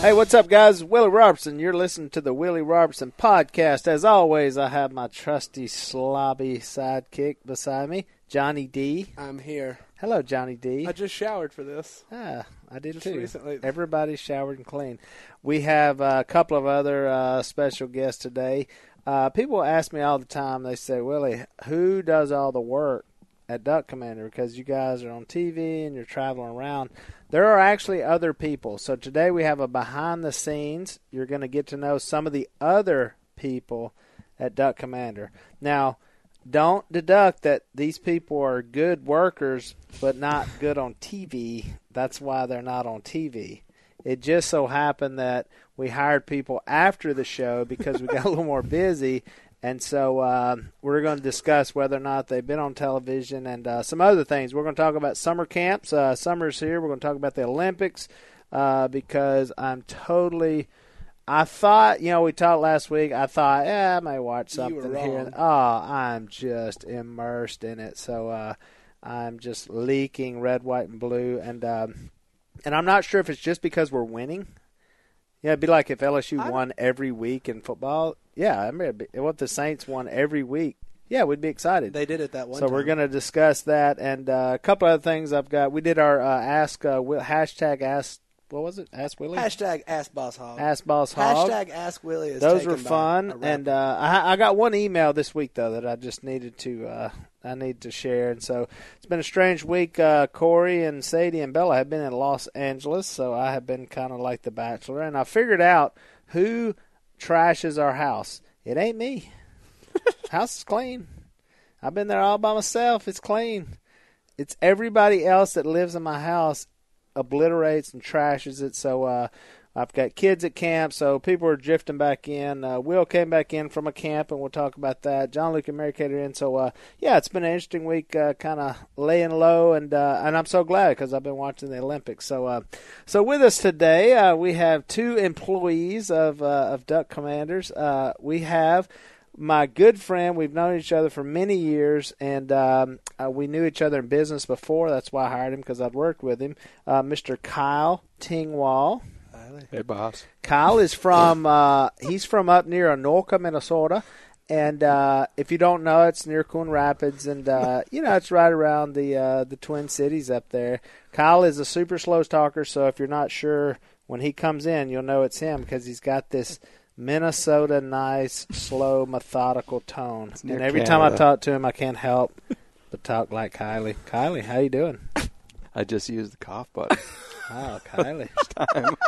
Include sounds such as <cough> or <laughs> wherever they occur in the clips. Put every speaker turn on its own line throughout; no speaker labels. Hey, what's up, guys? Willie Robertson. You're listening to the Willie Robertson podcast. As always, I have my trusty slobby sidekick beside me, Johnny D.
I'm here.
Hello, Johnny D.
I just showered for this.
Ah, I did
Just
too.
recently.
Everybody's showered and clean. We have uh, a couple of other uh, special guests today. Uh, people ask me all the time. They say, "Willie, who does all the work at Duck Commander?" Because you guys are on TV and you're traveling around. There are actually other people. So today we have a behind the scenes. You're going to get to know some of the other people at Duck Commander. Now, don't deduct that these people are good workers but not good on TV. That's why they're not on TV. It just so happened that we hired people after the show because we got a little more busy. And so uh, we're going to discuss whether or not they've been on television and uh, some other things. We're going to talk about summer camps. Uh, summer's here. We're going to talk about the Olympics uh, because I'm totally. I thought, you know, we talked last week. I thought, yeah, I may watch
You were
something here.
wrong.
Oh, I'm just immersed in it. So uh, I'm just leaking red, white, and blue. And um, and I'm not sure if it's just because we're winning. Yeah, it'd be like if LSU
I-
won every week in football. Yeah, I mean, it'd be- what if the Saints won every week? Yeah, we'd be excited.
They did it that one.
so we're
time.
going to discuss that and uh, a couple other things I've got. We did our uh, ask uh, Wi- hashtag ask what was it? Ask Willie.
hashtag Ask Boss Hog.
ask Boss Hog.
hashtag Ask Willie. Is
Those
taken
were
by a
fun,
rapper.
and uh, I, I got one email this week though that I just needed to uh, I need to share. And so it's been a strange week. Uh, Corey and Sadie and Bella have been in Los Angeles, so I have been kind of like the Bachelor, and I figured out who trashes our house. It ain't
<laughs>
me. house is clean. I've been there all by myself. It's clean. It's everybody else that lives in my house obliterates and trashes it. So uh, I've got kids at camp, so people are drifting back in. Uh, Will came back in from a camp, and we'll talk about that. John Luke and Mary Kate are in. So uh, yeah, it's been an interesting week, uh, kind of laying low, and uh, and I'm so glad because I've been watching the Olympics. So uh, so with us today, uh, we have two employees of uh, of Duck Commanders. Uh, we have my good friend. We've known each other for many years, and um, uh, we knew each other in business before. That's why I hired him because I'd worked with him. Uh, Mr. Kyle Tingwall.
Hey, boss.
Kyle is from uh, he's from up near Anoka, Minnesota, and uh, if you don't know, it's near Coon Rapids, and uh, you know it's right around the uh, the Twin Cities up there. Kyle is a super slow talker, so if you're not sure when he comes in, you'll know it's him because he's got this Minnesota nice, slow, methodical tone.
near
And every time I
Canada.
talk to him, I can't help but talk like Kylie. Kylie, how you doing?
I just used the cough button. <laughs>
Oh, <laughs> Kylie. All right,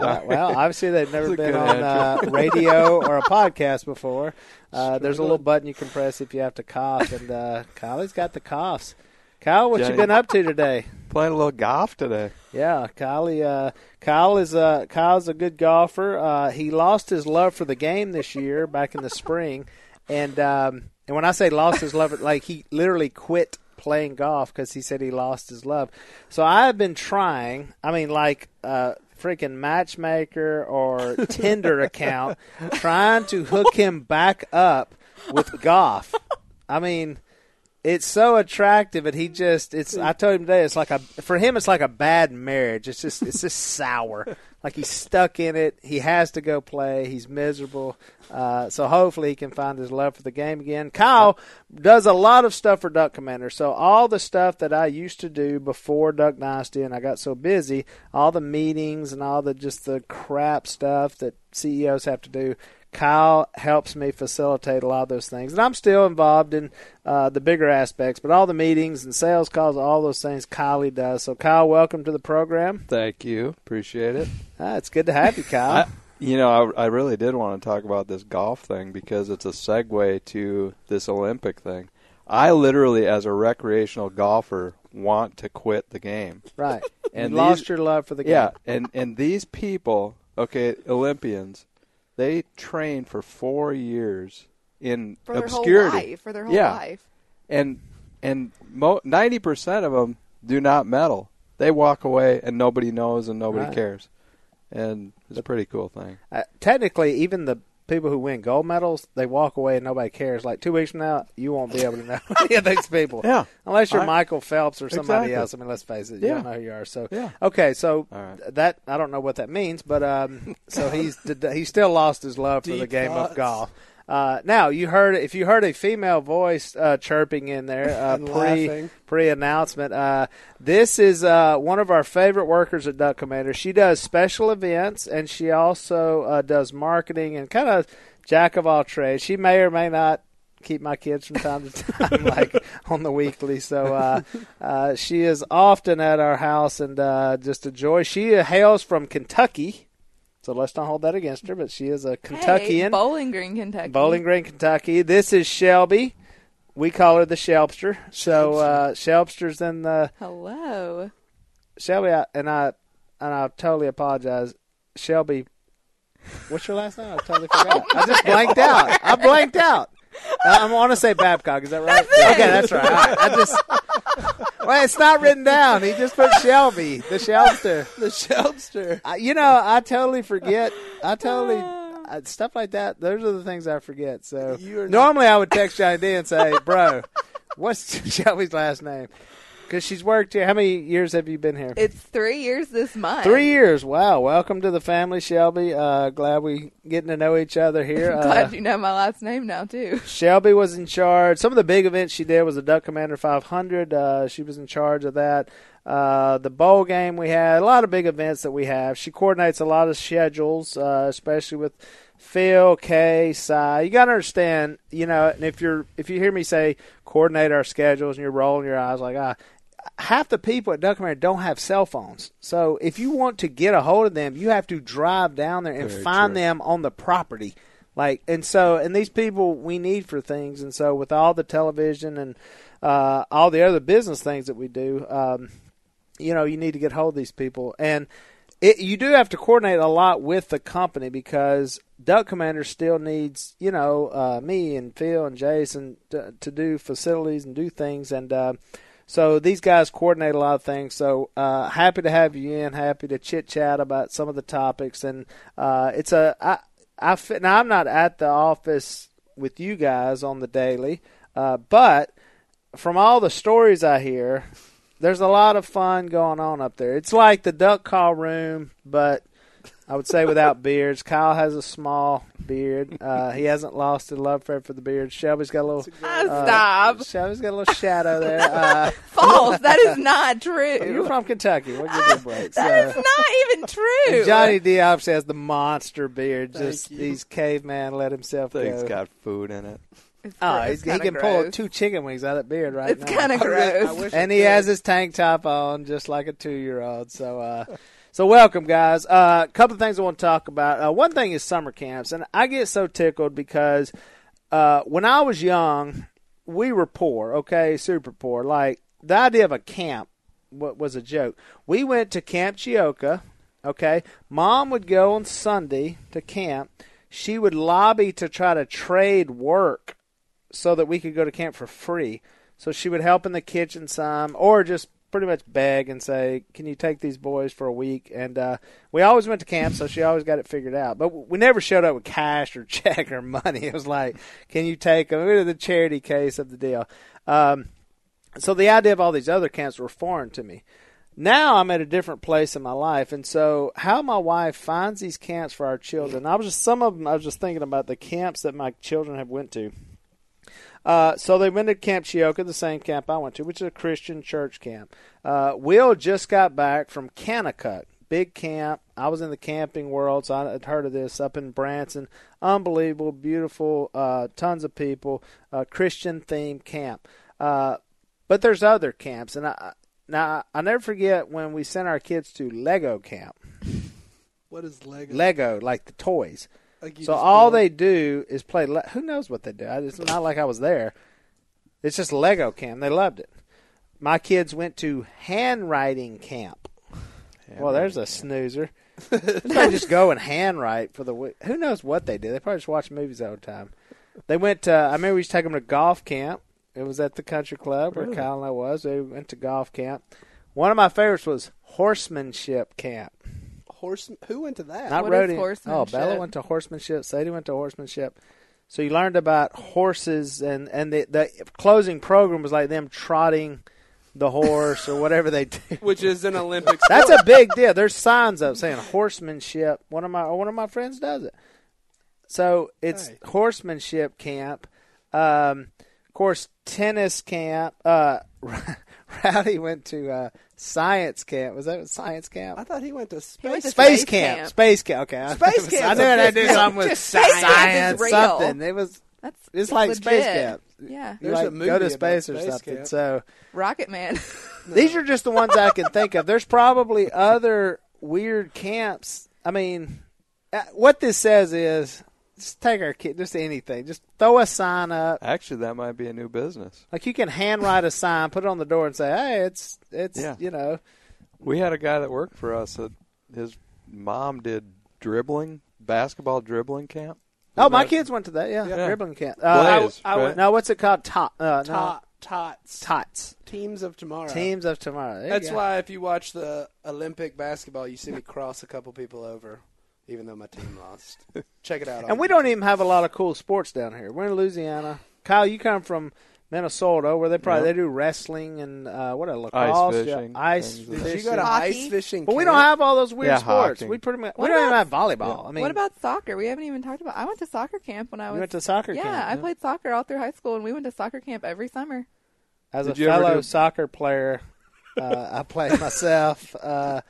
Uh, well, obviously they've never
It's a
been
good
on uh,
<laughs>
radio or a podcast before. Uh, there's a little button you can press if you have to cough, and uh, Kylie's got the coughs. Kyle, what you
Jay.
been up to today?
Playing a little golf today.
Yeah, Kylie. Uh, Kyle is a Kyle's a good golfer. Uh, he lost his love for the game this year back in the spring, and um, and when I say lost his love, like he literally quit playing golf because he said he lost his love. So I have been trying. I mean, like uh, freaking matchmaker or Tinder account, trying to hook him back up with golf. I mean it's so attractive and he just it's i told him today it's like a for him it's like a bad marriage it's just it's just <laughs> sour like he's stuck in it he has to go play he's miserable uh, so hopefully he can find his love for the game again kyle does a lot of stuff for duck commander so all the stuff that i used to do before duck dynasty and i got so busy all the meetings and all the just the crap stuff that ceos have to do Kyle helps me facilitate a lot of those things, and I'm still involved in uh, the bigger aspects. But all the meetings and sales calls, all those things, Kylie does. So, Kyle, welcome to the program.
Thank you. Appreciate it.
Ah, it's good to have you, Kyle.
I, you know, I, I really did want to talk about this golf thing because it's a segue to this Olympic thing. I literally, as a recreational golfer, want to quit the game.
right, and
<laughs> And
you lost
these-
your love for the game.
Yeah, and and these people, okay, Olympians, they train for four years in
for their
obscurity.
whole life. For their whole
Yeah.
life.
and and ninety percent of them do not medal. They walk away, and nobody knows, and nobody
Right.
cares, and it's a pretty cool thing.
Uh, technically, even the people who win gold medals, they walk away and nobody cares. Like two weeks from now, you won't be able to know <laughs> any of these people.
Yeah.
Unless you're
I-
Michael Phelps or somebody
Exactly.
else. I mean, let's face it, you
Yeah.
don't know who you are. So
Yeah.
okay, so
All right.
th- that I don't know what that means, but um, so he's <laughs> did, he still lost his love for the
Deep
game
thoughts.
of golf. Uh, now you heard if you heard a female voice uh, chirping in there uh,
And
pre
laughing.
pre announcement. Uh, this is uh, one of our favorite workers at Duck Commander. She does special events and she also uh, does marketing and kind of jack of all trades. She may or may not keep my kids from time to <laughs> time, like on the weekly. So uh, uh, she is often at our house and uh, just a joy. She hails from Kentucky, so let's not hold that against her. But she is a
Hey,
Kentuckian.
Bowling Green, Kentucky.
Bowling Green, Kentucky. This is Shelby. We call her the Shelpster. So uh, Shelpster's in the
Hello.
Shelby, I, and I and I totally apologize, Shelby. What's your last name? I totally
<laughs>
forgot. I just blanked out. I blanked out. I, I want to say Babcock. Is that right?
That's it.
Okay, that's right. All right. I just. Well, it's not written down. He just put Shelby, the Shelpster.
The Shelbster.
I, you know, I totally forget.
<laughs>
I totally I, stuff like that. Those are the things I forget. So
You are not-
normally I would text Johnny D and
<laughs>
say, "Bro, what's <laughs> Shelby's last name?" Because she's worked here. How many years have you been here?
It's three years this month.
Three years. Wow. Welcome to the family, Shelby. Uh, glad we getting to know each other here.
I'm
Uh,
<laughs> glad you know my last name now too.
Shelby was in charge. Some of the big events she did was the Duck Commander 500. Uh, she was in charge of that. Uh, the bowl game we had a lot of big events that we have. She coordinates a lot of schedules, uh, especially with Phil, Kay, Si. You gotta understand, you know. And if you're if you hear me say coordinate our schedules and you're rolling your eyes like ah, half the people at Duck Commander don't have cell phones. So if you want to get a hold of them, you have to drive down there and
Very
find
true.
them on the property. Like and so and these people we need for things and so with all the television and uh, all the other business things that we do, um, you know, you need to get hold of these people and it, you do have to coordinate a lot with the company because Duck Commander still needs you know uh, me and Phil and Jason to, to do facilities and do things and uh, so these guys coordinate a lot of things. So uh, happy to have you in. Happy to chit chat about some of the topics. And uh, it's a I I fit, now I'm not at the office with you guys on the daily, uh, but from all the stories I hear, there's a lot of fun going on up there. It's like the duck call room, but I would say without <laughs> beards. Kyle has a small beard. Uh, he hasn't lost his love for for the beard. Shelby's got a little.
Ah,
uh, <laughs>
stop.
Shelby's got a little shadow there. Uh,
False. That is not
you're
true.
from Kentucky. We'll give you a break.
<laughs> That
So-
is not
<laughs>
even true.
and Johnny D obviously has the monster beard.
Thank
Just
you.
these caveman let himself
Thing's
go.
got food in it.
It's
Oh,
gr-
he's,
it's
he
kinda
can pull
gross.
two chicken wings out of that beard right
It's
now.
kind of
I
gross.
wish
and
I
he
could.
has his tank top on, just like a two-year-old. So, uh, so welcome, guys. A uh, couple of things I want to talk about. Uh, one thing is summer camps, and I get so tickled because uh, when I was young, we were poor. Okay, super poor. Like the idea of a camp wa- was a joke. We went to Camp Chioka. Okay, mom would go on Sunday to camp. She would lobby to try to trade work so that we could go to camp for free. So she would help in the kitchen some, or just pretty much beg and say, "Can you take these boys for a week?" And uh, we always went to camp, so she always got it figured out. But we never showed up with cash or <laughs> check or money. It was like, "Can you take them?" We were the charity case of the deal. Um, so the idea of all these other camps were foreign to me. Now I'm at a different place in my life, and so how my wife finds these camps for our children. I was just some of them. I was just thinking about the camps that my children have went to. Uh, so they went to Camp Chioka, the same camp I went to, which is a Christian church camp. Uh, Will just got back from Kennecott, big camp. I was in the camping world, so I had heard of this up in Branson. Unbelievable, beautiful, uh, tons of people, uh, Christian themed camp. Uh, but there's other camps, and I now I never forget when we sent our kids to Lego camp.
What is Lego?
Lego, like the toys.
Like you
So
just
all
build-
they do is play. Le- Who knows what they do? I- It's not like I was there. It's just Lego camp. They loved it. My kids went to handwriting camp. well, there's a
<laughs>
snoozer. they just go and handwrite for the week. Who knows what they do? They probably just watch movies all the time. They went. To, I remember we used to take them to golf camp. It was at the country club where Kyle and I was. They went to golf camp. One of my favorites was horsemanship camp.
Horse. Who went to that?
Not
What is
rodeo. Oh,
horsemanship?
Bella went to horsemanship. Sadie went to horsemanship. So you learned about horses, and and the the closing program was like them trotting the horse or whatever they
<laughs>
do.
which is an
<laughs>
Olympic.
That's a big deal. There's signs up saying horsemanship. One of my one of my friends does it. So it's
Hey.
horsemanship camp. Um, of course, tennis camp. Uh, <laughs> Rowdy went to uh, science camp. Was that science camp?
I thought he went to
He
<laughs> space.
went to
Space,
space
camp.
camp.
Space camp. Okay. I-
Space
I
camp's
knew
a
it had to
big
do
deal.
something with
Space camp is
science.
real.
Something. It was.
That's
It's like
legit.
space camp.
Yeah,
You
There's a
like
movie
go to
about
space or
space
something.
camp.
So <laughs>
Rocket Man.
these are just the ones I can think of. There's probably other weird camps. I mean, uh, what this says is just take our kid, just anything, just throw a sign up.
Actually, that might be a new business.
Like you can handwrite a sign, put it on the door, and say, "Hey, it's it's
Yeah.
you know."
We had a guy that worked for us. That his mom did dribbling, basketball dribbling camp.
Oh, my
Right.
kids went to that. Yeah,
Yeah.
dribbling camp.
Well,
Uh,
it is,
I went-
right?
no, what's it called? Tot. Uh, no,
Tot, tots.
tots.
Teams of tomorrow.
Teams of tomorrow. There you
That's
go.
why if you watch the Olympic basketball, you see me cross a couple people over, even though my team
<laughs>
lost. Check it out. on-
And we don't even have a lot of cool sports down here. We're in Louisiana. Kyle, you come from Minnesota, where they probably
Yeah.
they do wrestling and uh, what a lacrosse,
fishing,
yeah, ice
things
fishing.
like
Did you go to
Hockey?
ice fishing?
but we
camp?
don't have all those weird
Yeah,
sports.
hockey.
We pretty much we
What
don't even have
about-
volleyball. I mean,
what about soccer? We haven't even talked about. I went to soccer camp when I
you
was.
went to soccer
yeah,
camp
I played soccer all through high school, and we went to soccer camp every summer.
as a
Did you ever
fellow
do-
soccer player? Uh, I
<laughs>
played myself. Uh,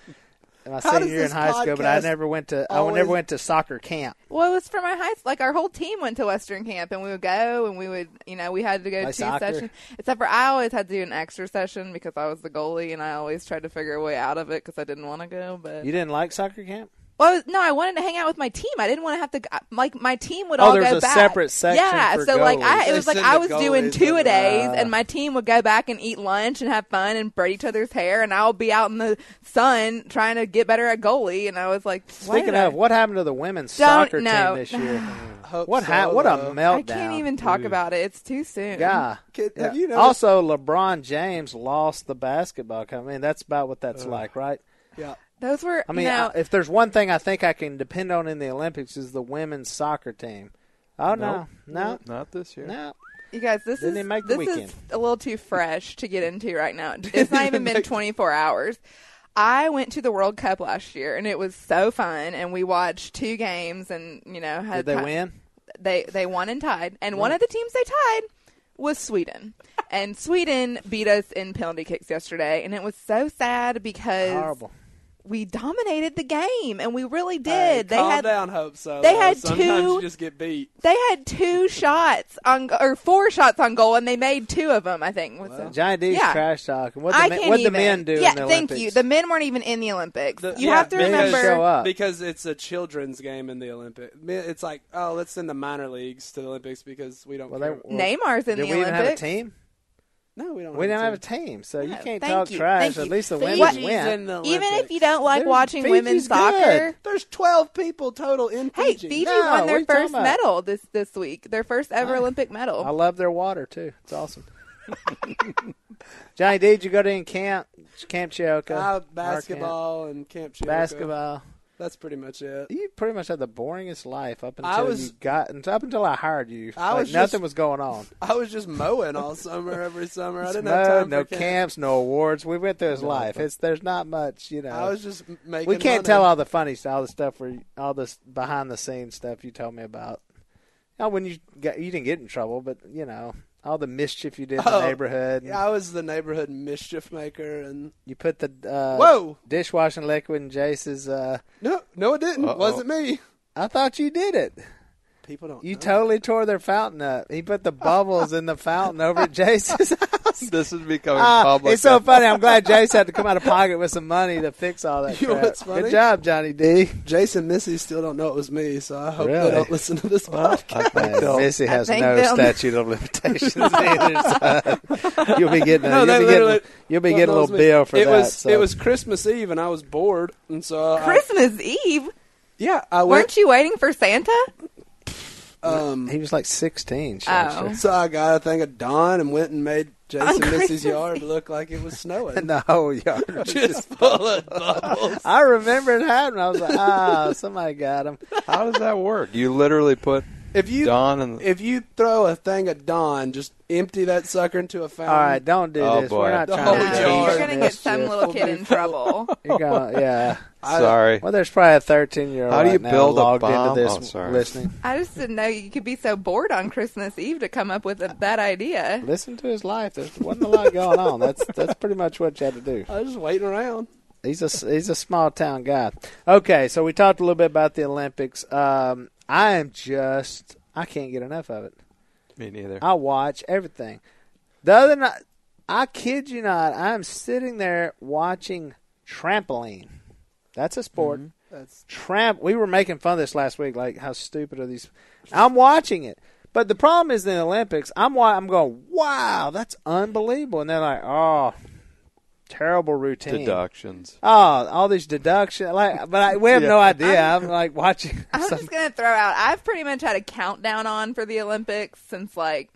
in my
How does
senior year in
this
high school, but I
podcast
never went to I
always-
never went to soccer camp.
Well, it was for my high school. Like our whole team went to Western camp, and we would go, and we would, you know, we had to go
Play
two
soccer.
sessions. Except for I always had to do an extra session because I was the goalie, and I always tried to figure a way out of it because I didn't want to go. But
You didn't like soccer camp?
Well, I was- no, I wanted to hang out with my team. I didn't want to have to g- uh, like my team would
Oh,
all
there's
go
a
back.
separate section
Yeah,
for
so like I,
goalies.
it
They
was like
send
I
the
was doing
goalies
two a
over
days,
there.
and my team would go back and eat lunch and have fun and braid each other's hair, and I'll be out in the sun trying to get better at goalie. And I was like, why
Speaking
did I-
of, what happened to the women's
Don't-
soccer team
no.
this
<laughs>
year?
Hope
What
so,
ha- what a
though.
meltdown!
I can't even talk about it. It's too soon.
Yeah.
<laughs> Kid,
Yeah.
Have you noticed?
also, LeBron James lost the basketball. cup. I mean, that's about what that's like, right?
yeah.
those were.
I mean,
you know,
I- if there's one thing I think I can depend on in the Olympics is the women's soccer team. Oh no, no,
Not this year.
no.
you guys, this
Didn't
is
it make the
this
weekend?
is a little too fresh to get into
<laughs>
right now. It's not even been 24 hours. I went to the World Cup last year, and it was so fun. And we watched two games, and you know, had
Did they
ti-
win?
They they won and tied, and one of the teams they tied
<laughs>
was Sweden, and Sweden beat us in penalty kicks yesterday, and it was so sad because
Horrible.
we dominated the game, and we really did.
Hey,
they
calm
had
down, Hope so.
they
though.
had
Sometimes
two-
you just get beat.
they had two shots on or four shots on goal, and they made two of them. I think. What's that?
Johnny D's
Yeah.
trash talking. What
I
the
can't
men, what the
even.
men do
Yeah,
in the
thank
Olympics?
you. The men weren't even in the Olympics.
The-
you
yeah,
have to
men
remember.
show up.
Because it's a children's game in the Olympics. It's like, oh, let's send the minor leagues to the Olympics because we don't
Well,
care.
they-
Neymar's in
Did
the
we even have a
Olympics.
team?
no, we don't.
We didn't have a
team.
team, so you
No,
can't
thank
talk
you,
trash.
thank
At
you.
least the
Fiji's
women
Fiji's
win.
in the
Even if
Olympics.
you don't like
There's-
watching
Fiji's
women's
good.
soccer,
There's 12 people total in
hey,
Fiji.
Fiji
No,
won
what are
their
you talking
first
about?
medal this this week. Their first ever Olympic
I
medal.
love their water too. It's awesome. <laughs> Johnny, D, did you go to any camp? Camp Chioka,
Uh,
our camp?
basketball and Camp Chinook.
basketball.
That's pretty much it.
You pretty much had the boringest life up
I
until
was-
you got until, up until I hired you.
I
Like,
was just-
nothing was going on.
I was just mowing all summer, every summer. I didn't
no,
have time
no
for camp.
camps, no awards. We went through his life. It's there's not much, you know.
I was just m- making.
we can't
money.
tell all the funny stuff, all the stuff where you- all this behind the scenes stuff you told me about. Now, when you got, you didn't get in trouble, but you know all the mischief you did in
Oh,
the neighborhood. and
Yeah, I was the neighborhood mischief maker, and
You put the uh,
whoa,
dishwashing liquid in Jace's. Uh,
no, no, it didn't.
Uh-oh.
Wasn't me.
I thought you did it.
People don't.
You
know.
totally tore their fountain up. He put the bubbles in the fountain over at
<laughs>
Jace's
<laughs> This is
Oh,
becoming
Ah,
public.
it's so funny. I'm glad Jace had to come out of pocket with some money to fix all that.
<laughs> You know
crap.
what's funny?
Good job, Johnny D.
Jason Missy still don't know it was me, so I hope
Really?
they don't listen to this podcast.
I think they'll-
Missy has
think
no
they'll-
statute of limitations <laughs> either. So <laughs> you'll be getting a,
No, they
you'll, be
literally-
getting, you'll be getting a little bill for
it
that.
Was,
so.
It was Christmas Eve, and I was bored, and so I-
Christmas Eve.
yeah, I
Oh,
went.
Weren't you waiting for Santa?
Um,
<laughs> he was like 16.
Oh.
Shasha. Oh. <laughs>
so I got a thing of Dawn and went and made Jason Mrs. Yard looked like it was
<laughs>
snowing.
the whole
<laughs>
yard.
Just full
<laughs>
of bubbles.
I remember it happened. I was like, ah, somebody got him.
How does that work? You literally put
If you
Dawn and
if you throw a thing of Dawn, just empty that sucker into a fountain.
All right, don't do
Oh,
this.
boy.
We're not
The
trying
whole
to
No,
teach
yard.
you
you're gonna
this
get some
shit.
little kid
<laughs>
in trouble.
You're
<laughs>
gonna, yeah.
I-
sorry.
Well, there's probably a 13 year old.
How do you
right now
build a
logged into
bomb?
this
Oh, sorry.
listening?
I just didn't know you could be so bored on Christmas Eve to come up with a, that idea.
Listen to his life. There wasn't a lot going on. That's that's pretty much what you had to do.
I was just waiting around.
He's a he's a small town guy. Okay, so we talked a little bit about the Olympics. Um, I am just I can't get enough of it.
Me neither.
I watch everything. The other night, I kid you not, I'm sitting there watching trampoline. That's a sport.
Mm-hmm.
That's
Tramp. We were making fun of this last week. Like how stupid are these? I'm watching it. But the problem is in the Olympics, I'm wa- I'm going, wow, that's unbelievable, and they're like, oh, terrible routine.
Deductions.
Oh, all these deductions. Like, but I, we have no idea. I'm, like watching.
I'm
<laughs> some-
just gonna throw out. I've pretty much had a countdown on for the Olympics since like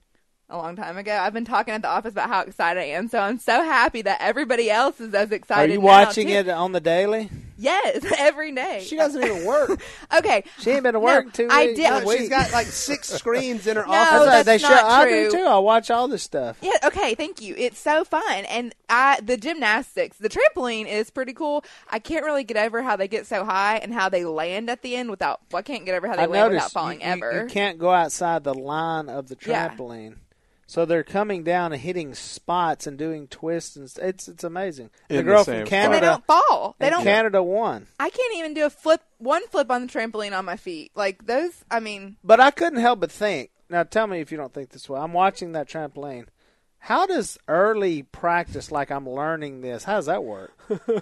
a long time ago. I've been talking at the office about how excited I am, so I'm so happy that everybody else is as
are
excited.
you
now,
watching
too.
it on the daily?
Yes, <laughs> every day.
she doesn't even work.
Okay,
She ain't been to work two
I
weeks.
did-
one
No,
week.
Oh, She's got like <laughs> six screens in her
No.
That's
office.
Oh,
right. they
that's
show,
not
I do
true.
too. I watch all this stuff.
Yeah, okay, thank you. It's so fun. And I the gymnastics, the trampoline is pretty cool. I can't really get over how they get so high and how they land at the end without well, I can't get over how they
I
land
noticed
without falling
you, you-
ever.
You, can't go outside the line of the
Yeah.
trampoline. So they're coming down and hitting spots and doing twists and s- it's it's amazing.
In
the
the
girl from
same spot.
and they
Canada,
don't fall. They
and
don't
Canada won,
I can't even do a flip one flip on the trampoline on my feet. Like those I mean
but I couldn't help but think. Now tell me if you don't think this way. I'm watching that trampoline. How does early practice, like I'm learning this, how does that
<laughs>
work?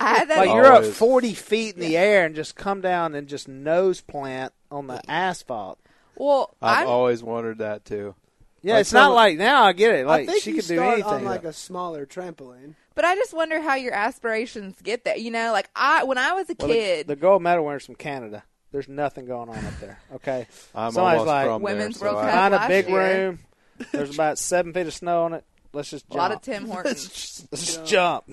I had that
Like you're up
Always.
40 feet in the air and just come down and just nose plant on the asphalt.
well
I've
I'm-
always wondered that too.
Yeah,
Like
it's not
some-
like now I get it.
I
Like
think
she
you
could do
start
anything.
on like a smaller trampoline.
but I just wonder how your aspirations get there. You know, like I when I was a
Well, the-
kid
The, gold medal winner's from Canada. There's nothing going on up there. Okay.
I'm
Somebody's
almost
like,
from
Women's
there,
World
so I-
Cup.
Find a
last
big
year.
room. There's about seven feet of snow on it. Let's just
a
jump.
lot of
<laughs>
Tim Hortons.
Let's just jump.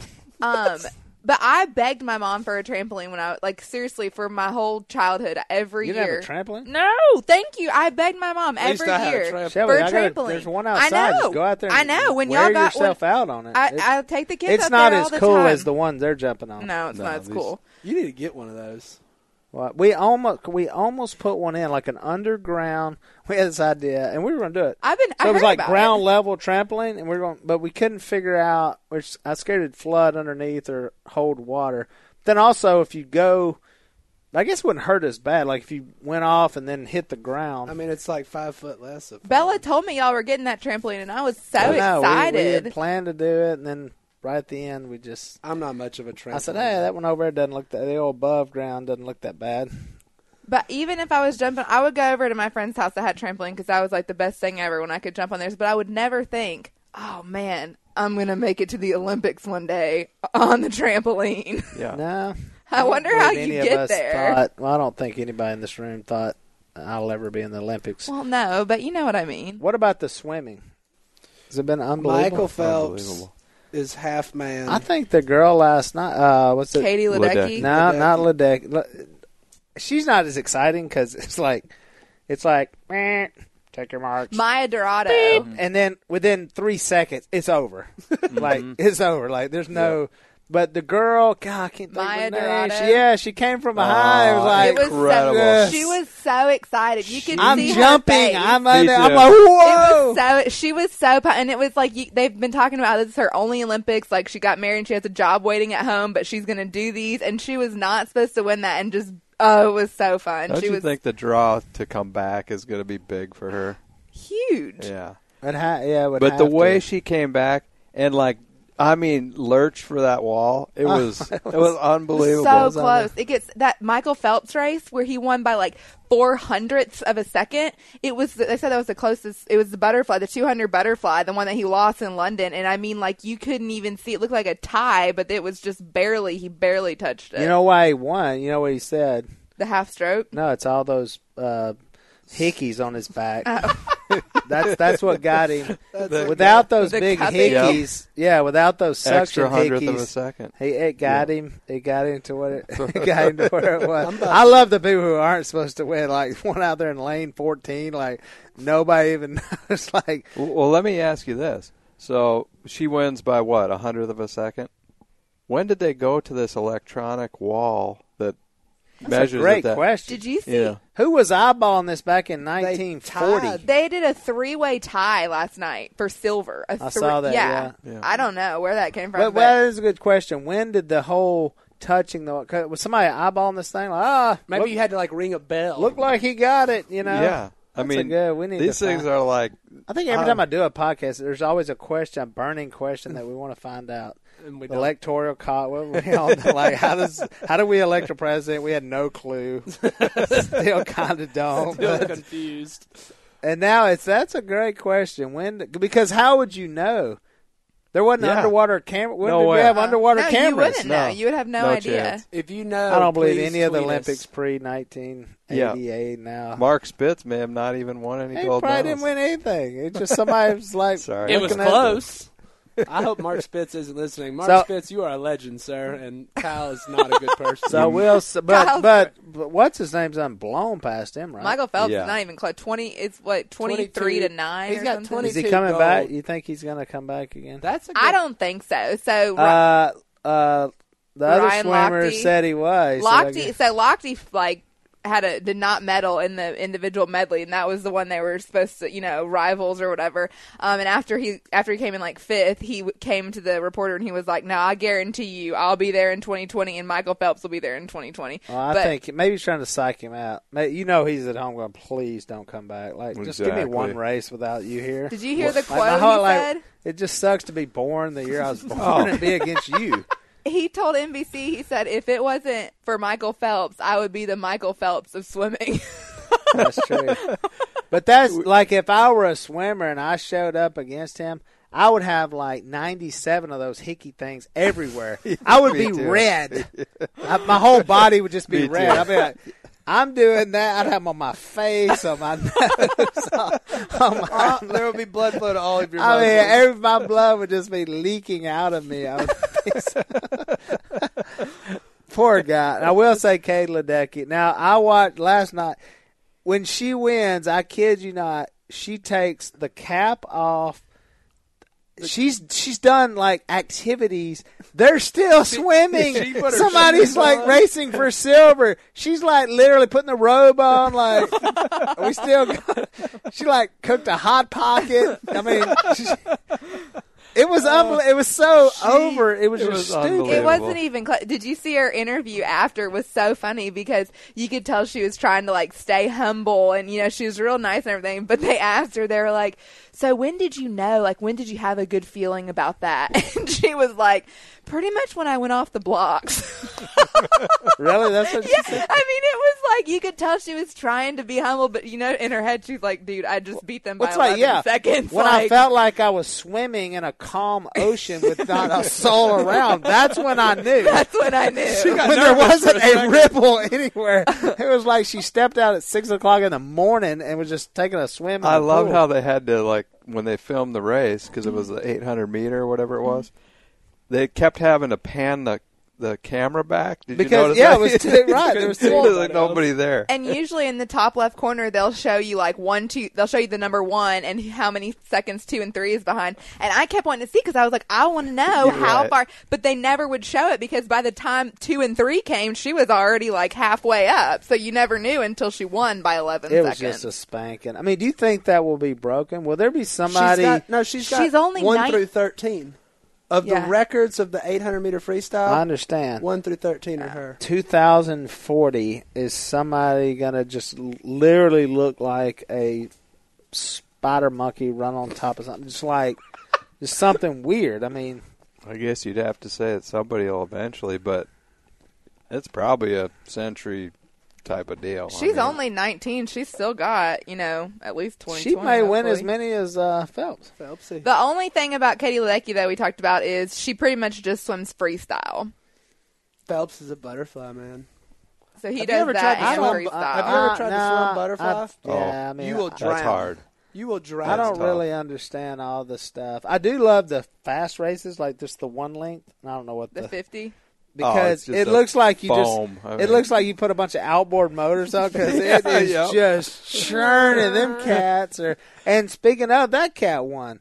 Um, but I begged my mom for a trampoline when I like seriously for my whole childhood every
You didn't
year.
have a trampoline?
no, thank you. I begged my mom
At least
every
I had a
year
trampoline.
Shelby,
for a
I gotta-
trampoline.
there's one
I
outside.
know.
Just go out there.
I
and
know. When
wear
y'all got
yourself
one,
out on it.
I,
It-
I take the kids.
it's
up
not
there
as
all the
cool
time.
as the ones they're jumping on.
No, it's
No,
not as
these-
cool.
You need to get one of those.
Well, we almost we almost put one in like an underground. We had this idea, and we were gonna do it.
I've been.
So
I
it was
heard
like
about
ground
It.
level trampoline, and we are going, but we couldn't figure out. Which I was scared it'd flood underneath or hold water. Then also, if you go, I guess it wouldn't hurt as bad. Like if you went off and then hit the ground.
I mean, it's like five foot less. Of
Bella told me y'all were getting that trampoline, and I was so
I don't know, we- We,
excited.
had planned to do it, and then right at the end, we just.
I'm not much of a trampoline.
I said, "Hey, that one over there doesn't look that. The old above ground doesn't look that
<laughs>
bad."
But even if I was jumping, I would go over to my friend's house that had trampoline because that was like the best thing ever when I could jump on theirs. But I would never think, oh man, I'm gonna make it to the Olympics one day on the trampoline. <laughs>
Yeah.
No,
I wonder how
believe
you
any of
get
us
there.
Thought, well, I don't think anybody in this room thought I'll ever be in the Olympics.
Well, no, but you know what I mean.
What about the swimming? Has it been unbelievable?
Michael Phelps
Unbelievable.
is half man.
I think the girl last night. Uh, what's it?
Katie
Ledecky.
Ledecky.
No, not Ledeck. Le- She's not as exciting because it's like, it's like, meh, take your marks.
Maya Dorado.
and then within three seconds, it's over.
Mm-hmm.
like it's over. Like there's no. But the girl, God, I can't think
Maya
of her name.
Dorado?
She, yeah, she came from behind. it was
Aw,
like,
it was
Incredible.
so, she was so excited. You could
I'm
see her
jumping.
face.
I'm
It
under. I'm
too.
like, whoa.
was so she was so pu- and it was like you, they've been talking about this is her only Olympics. Like she got married, and she has a job waiting at home, but she's gonna do these, and she was not supposed to win that, and just oh, it was so fun.
Don't
she
you
was
think the draw to come back is going to be big for her?
huge.
Yeah.
It ha- yeah, it would
But the
have to.
way she came back and like, I mean, lurch for that wall.
<laughs>
It was it was unbelievable.
So
on there.
close. It gets that Michael Phelps race where he won by like four hundredths of a second. It was they said that was the closest. It was the butterfly, the two hundred butterfly, the one that he lost in London. And I mean, like you couldn't even see. It looked like a tie, but it was just barely. He barely touched it.
You know why he won? You know what he said?
the half stroke.
No, it's all those uh, hickeys on his back. <laughs> That's that's what got him.
That's
<laughs> The-
a-
Without those
Oh. The
big
cupping.
hickeys, yeah. Without those suction
Extra hundredth of a
hickeys,
second.
he it got him. It got him to what
<laughs>
it, it got him to where it was.
I'm about-
I love the people who aren't supposed to win. Like <laughs> one out there in lane fourteen, like nobody even <laughs> knows. Like
Well, well, let me ask you this. So she wins by what, a hundredth of a second? When did they go to this electronic wall that
that's
measures
a
it
great
that,
question.
Did you see?
Yeah.
Who was eyeballing this back in
They
nineteen
tied.
forty?
Uh, They did a three-way tie last night for silver. A
I
three-
saw that,
yeah. Yeah.
I don't know where that came from.
Well,
but-
well, that is a good question. When did the whole touching the 'cause was somebody eyeballing this thing? Like ah,
Maybe
look,
you had to like ring a bell. <laughs>
looked like he got it. You know?
Yeah. I
That's a
mean,
good- we need
these
to
things
find-
are like
I think every
Uh,
time I do a podcast, there's always a question, a burning question that we want to find out.
and we don't.
Electoral co- what we all like how does how do we elect a president? We had no <laughs> clue. Still kind of don't.
Still
but-
confused.
and now it's that's a great question. When because how would you know? There wasn't an
Yeah.
underwater camera. When
No
did
way.
we have underwater
no,
cameras?
you wouldn't know.
No.
You would have no,
No
idea.
chance.
If you know,
I don't believe
please
any of the
tweet us.
Olympics pre 1988 now.
Mark Spitz may have not even won any
he
gold
probably
medals.
didn't win anything. It's just somebody was
<laughs>
like,
Sorry.
looking
It
It was
at the-
close. I hope Mark Spitz
<laughs>
isn't listening. Mark
So-
Spitz, you are a legend, sir, and Kyle is not
<laughs>
a good person.
So we'll, s- but,
Kyle's-
but but what's his name's done blown past him, right?
Michael Phelps
Yeah.
is not even close. Twenty. It's what twenty-three to
22.
nine.
He's
or
got
something?
20
is he
22
coming
gold.
back? You think he's going to come back again?
that's a good,
I don't think so. So
Uh, uh, the other
Ryan
swimmer
Lochte.
said he was so I
Lochte,
guess-
so Lochte like had a did not medal in the individual medley, and that was the one they were supposed to, you know, rivals or whatever. Um, and after he after he came in like fifth, he w- came to the reporter and he was like, "No, I guarantee you, I'll be there in 2020, and Michael Phelps will be there in 2020."
Well, I
but
think maybe he's trying to psych him out. May you know he's at home going, please don't come back. Like, just give me
Exactly.
one race without you here.
did you hear the quote
Like, my
he
whole- like,
said?
It just sucks to be born the year I
<laughs>
was born
Oh.
and be against you.
He told NBC, he said, "If it wasn't for Michael Phelps, I would be the Michael Phelps of swimming." <laughs>
That's true. but that's like if I were a swimmer and I showed up against him, I would have like 97 of those hickey things
<laughs>
everywhere. I would
Me
be
too.
red.
<laughs>
I, my whole body would just be
Me
red.
too.
I'd be like, I'm doing that. I'd have them on my face, on my <laughs> nose. on- on my-
Uh, <laughs> there will be blood flow to all of your
I mean,
muscles.
every, my blood would just be leaking out of me. I would- <laughs> Poor guy. And I will say, Kate Ledecky. Now, I watched last night when she wins. I kid you not, she takes the cap off. She's she's done like activities. They're still swimming.
she put her
Somebody's
shoes
like
on.
racing for silver. She's like literally putting the robe on. Like
<laughs>
we still. Got, she like cooked a hot pocket. I mean, she, it was unbel- It was so over. It was
it
just
was
stupid.
It
Unbelievable.
wasn't even. Cl- Did you see her interview after? Was so funny because you could tell she was trying to like stay humble and you know she was real nice and everything. But they asked her, they were like, "So when did you know? Like when did you have a good feeling about that?" <laughs> And she was like, "Pretty much when I went off the blocks." <laughs>
really, that's what
yeah,
she
I mean
said.
it was like you could tell she was trying to be humble, but you know in her head she's like, "Dude, I just beat them by
What's
11
like, yeah.
seconds."
When I
like,
felt like I was swimming in a calm ocean with not a soul around, that's when I knew.
<laughs> that's
<laughs>
when I knew.
when there
nervous for
wasn't
a
a,
second.
ripple anywhere. It was like she stepped out at six o'clock in the morning and was just taking a swim. in
I
the
love
pool.
how they had to like when they filmed the race because it was the 800 meter or whatever it was. They kept having to pan the the camera back. Did you
because
notice
yeah,
that?
it was
<laughs>
too, right. There was
There's,
too,
like nobody there.
And usually in the top left corner, they'll show you like one, two, they'll show you the number one and how many seconds two and three is behind. And I kept wanting to see because I was like, I want to know how
Right.
far, but they never would show it because by the time two and three came, she was already like halfway up. So you never knew until she won by 11
it was
seconds.
just a spanking. I mean, do you think that will be broken? Will there be somebody?
She's got, no, she's got
She's only
one
nine-
through thirteen of
Yeah.
the records of the 800 meter freestyle.
I understand.
One through thirteen are her.
2040 is somebody gonna just l- literally look like a spider monkey run on top of something, just like just something weird. I mean,
I guess you'd have to say that somebody will eventually, but it's probably a century type of deal. I
She's
mean,
only 19. She's still got, you know, at least 20.
she may win as
hopefully.
many as uh, Phelps.
Phelpsy.
The only thing about Katie Ledecky that we talked about is she pretty much just swims freestyle.
Phelps is a butterfly man.
So he
Have you
does
ever
that
tried to
and
swim-
freestyle.
have you ever tried to swim
Uh, nah,
butterfly?
I've- yeah,
Oh.
I mean,
You will
I-
that's
drown.
hard.
You will drown.
I don't
tough.
really understand all the stuff. I do love the fast races, like just the one length. and I don't know what the,
The 50.
Oh,
because
just
it
a
looks like you
foam.
just
I
it
mean-
looks like you put a bunch of outboard motors on because it
<laughs> Yeah,
is
yep.
just churning them cats. Or and speaking of that cat one.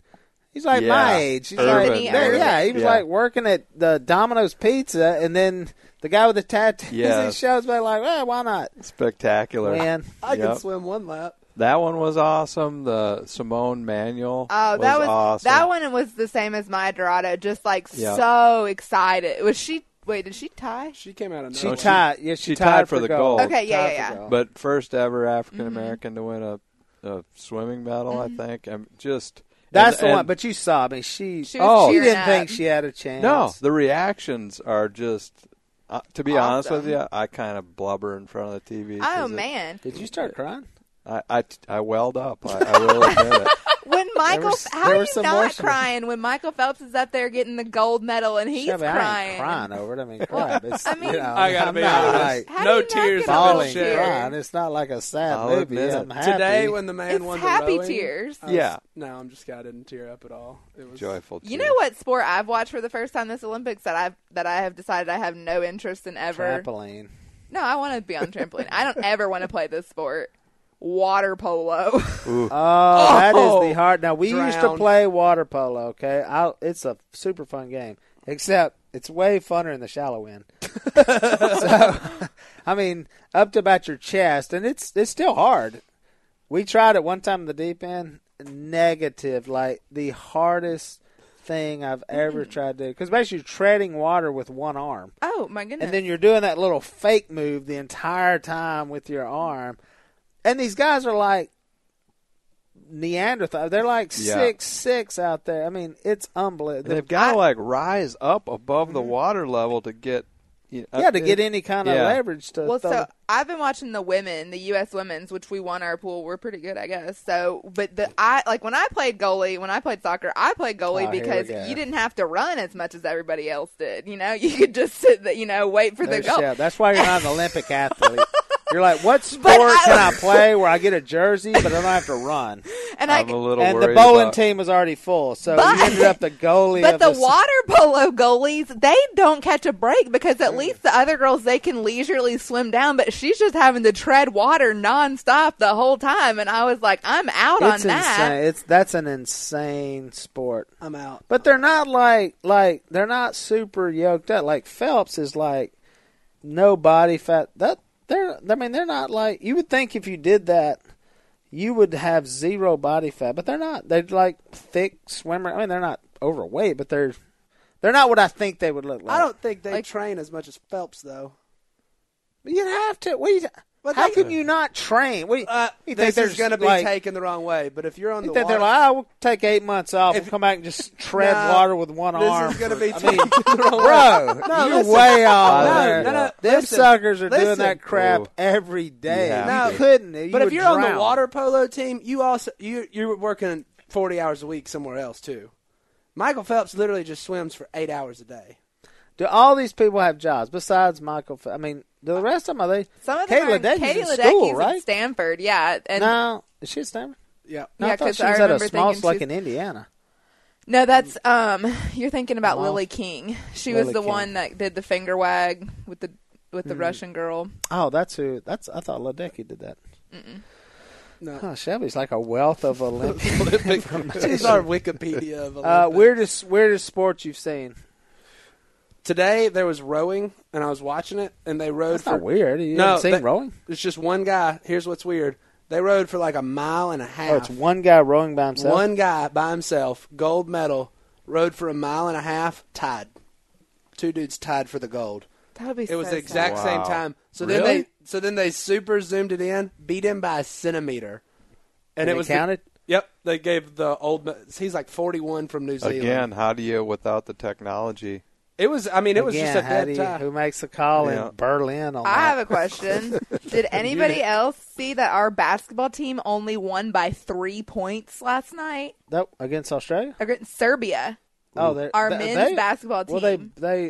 He's like my
Yeah.
age. He's
Urban,
like,
Urban.
yeah, he was
Yeah.
like working at the Domino's Pizza, and then the guy with the tattoos, <laughs> he
Yes.
shows back like, well, why not?
Spectacular.
Man,
I can
Yep.
swim one lap.
That one was awesome. The Simone Manuel.
Oh, that was,
awesome.
that one was the same as my Dorado. Just like
Yeah.
so excited. Was she? Wait, did she tie?
She came out of
she
nowhere.
she-
tied. Yeah, she,
she tied for the gold.
Okay, yeah,
Tied
yeah,
for
yeah.
gold.
But first ever African
Mm-hmm.
American to win a, a swimming medal, I think. I'm just
That's
and-
the one.
and- Oh.
But you saw me. She
She was
she
cheering
didn't
up.
think she had a chance.
no, the reactions are just. Uh, to be honest with
Awesome.
you, I kind of blubber in front of the TV. 'cause
Oh
it-
man!
Did you start crying?
I, I, I welled up. I, I really did
<laughs>
<laughs>
it.
When Michael,
was-
how
there
are
was
you
some
not
moisture.
crying when Michael Phelps is up there getting the gold medal and he's
Shelby, I
crying?
ain't crying over it. I mean, crap. It's,
I mean-
you know,
I gotta
am
be
not
honest.
like
no
How do you not
tears,
get a
no
little
bawling,
tear?
shit.
crying. It's not like a sad
I'll
movie.
admit it.
I'm happy.
Oh, Today, when the man
It's
won the
happy
rowing,
tears.
Oh,
I was-
Yeah.
No, I'm just. I didn't tear up at all. It was
Joyful.
You
tears.
know what sport I've watched for the first time this Olympics that I've that I have decided I have no interest in ever.
<laughs>
trampoline.
No, I want to be on trampoline. I don't ever want to play this sport. Water polo.
<laughs> Oh, that is the hard. Now we used to
Oh, Drowned.
play water polo. Okay, I, it's a super fun game. Except it's way funner in the shallow end. <laughs> so, I mean, up to about your chest, and it's it's still hard. We tried it one time in the deep end. Negative, like the hardest thing I've
Mm.
ever tried to do. Because basically, you're treading water with one arm.
oh my goodness!
And then you're doing that little fake move the entire time with your arm. And these guys are like Neanderthal. They're like
Yeah.
six six out there. I mean, it's unbelievable.
They've got to like rise up above
Mm-hmm.
the water level to get. You know,
yeah, to
uh, it-
get any kind of
yeah.
leverage to.
well,
throw-
so I've been watching the women, the U.S. women's, which we won our pool. We're pretty good, I guess. So, but the I like when I played goalie, when I played soccer, I played
Oh, here
goalie
we
because
go.
you didn't have to run as much as everybody else did. You know, <laughs> you could just sit, the, you know, wait for the
There's
goal.
Shep. That's why you're not an
<laughs>
Olympic athlete. You're like, what sport
I-
can I
<laughs>
play where I get a jersey but I don't have to run?
<laughs>
And I
I'm a little
And
worried
the bowling
about-
team was already full, so
But-
you ended up the goalie.
<laughs> But
of
the
s-
water polo goalies, they don't catch a break because
Mm.
at least the other girls they can leisurely swim down, but she's just having to tread water nonstop the whole time. And I was like, I'm out
It's
on
insane.
that.
It's that's an insane sport.
I'm out.
But they're not like like they're not super yoked up. Like Phelps is like no body fat. That they're I mean they're not like you would think if you did that you would have zero body fat, but they're not. They're like thick swimmer. I mean they're not overweight, but they're they're not what I think they would look like.
I don't think they
Like-
train as much as Phelps though.
You'd have to. What do you,
But
how
they-
can you not train? What do you,
Uh,
you think
this
there's
is going to be
like,
taken the wrong way. But if you're on
you
the
think they're
water,
like, oh, we'll take eight months off. we'll come back and
<laughs>
just tread
Nah,
water with one
this
arm.
is going to
for-
be
I
taken <laughs>
mean,
the wrong way.
Bro,
No,
you're
listen.
way off
No,
there.
no, no,
Them
listen.
suckers are doing
Listen.
that crap
Ooh.
every day.
Yeah.
You
No.
couldn't. You
but if
would
you're on
drown.
the water polo team, you also you you're working 40 hours a week somewhere else too. Michael Phelps literally just swims for eight hours a day.
do all these people have jobs besides Michael? Ph- I mean, do the rest of them are they?
Some of them
Kayla
are
Decky's
Kayla
at school,
Decky's at
right?
Stanford, yeah. And
no, is she at Stanford?
Yeah,
No, I
Yeah,
thought
'cause
she
I
was at a
remember
small
thinking
like
she's-
in Indiana.
no, that's um you're thinking about
Wow.
Lily King. She was
Lily
the
King. Hmm.
one that did the finger wag with the with the Russian girl.
Oh, that's who. That's I thought Ledecky did that.
no. <laughs>
Oh, Shelby's like a wealth of Olympic.
She's our Wikipedia of
uh,
Olympics.
weirdest weirdest sports you've seen?
Today there was rowing, and I was watching it, and they rowed
That's
for
not weird. You
No,
haven't seen
they-
rowing?
It's just one guy. Here's what's weird: they rowed for like a mile and a half.
Oh, it's one guy rowing by himself.
One guy by himself, gold medal, rode for a mile and a half, tied. Two dudes tied for the gold.
That would be
It was
so
the exact
sad.
same
Wow.
time. So
Really?
then they so then they super zoomed it in, beat him by a centimeter,
and, it
was the-
counted.
yep, they gave the old. ma- He's like forty one from New Zealand.
Again, how do you without the technology?
it was. I mean, it was
Again,
just a
how do
dead
you-
tie.
Who makes the call
Yeah.
in Berlin? On
I
that?
have
<laughs>
a question. Did anybody else see that our basketball team only won by three points last night
Nope, against Australia.
against Serbia?
Oh, they're,
Our
they-
men's
they-
basketball team.
Well, they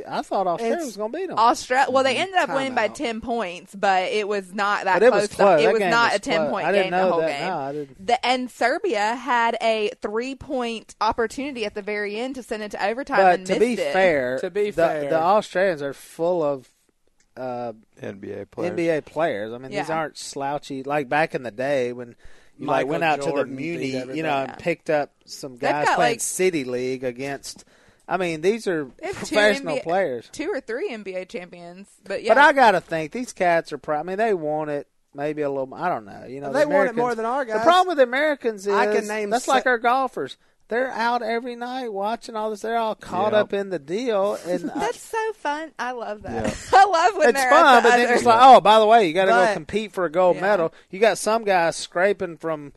they I thought Australia
It's-
was going to beat them.
Australia. Well, they ended up
Timeout.
winning by ten points, but it was not
Mm-hmm.
that
But it
close.
was close.
It
That
was
game
not
was
a ten point
close. I didn't
game
know
the whole
that.
game.
No, I didn't.
The, and Serbia had a three point opportunity at the very end to send it to overtime
but
and
to
missed
be
it.
fair,
To be
the,
fair.
the Australians are full of uh,
NBA players.
NBA players. I mean, these
Yeah.
aren't slouchy like back in the day when you like
Michael
went out to the
Jordan beat
Muni, you know,
everybody.
and picked up some guys
got,
playing
like-
City League against. I mean, these are
They have two
professional
NBA
players.
two or three NBA champions, but yeah,
But I gotta think these cats are. Pro- I mean, they want it maybe a little. I don't know. You know,
They
the
want it more
Americans-
than our guys.
The problem with the Americans is
I can name
that's
se-
like our golfers. They're out every night watching all this. They're all caught
Yep.
up in the deal,
<laughs>
and I-
that's so fun. I love that.
Yeah.
<laughs> I love
<laughs>
when
it's
they're
fun.
at the
But then
other-
it's like, oh, by the way, you got to
But-
go compete for a gold
Yeah.
medal. You got some guy scraping from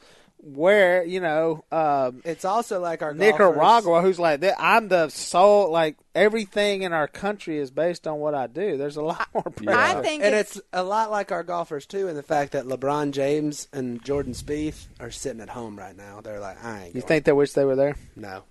where you know um,
It's also like our golfers.
Nicaragua, who's like, I'm the sole. Like everything in our country is based on what I do. There's a lot <laughs> more. pressure.
Yeah.
I think
And
it's,
it's a lot like our golfers too, in the fact that LeBron James and Jordan Spieth are sitting at home right now. They're like, I ain't.
You
Going.
think they wish they were there?
no?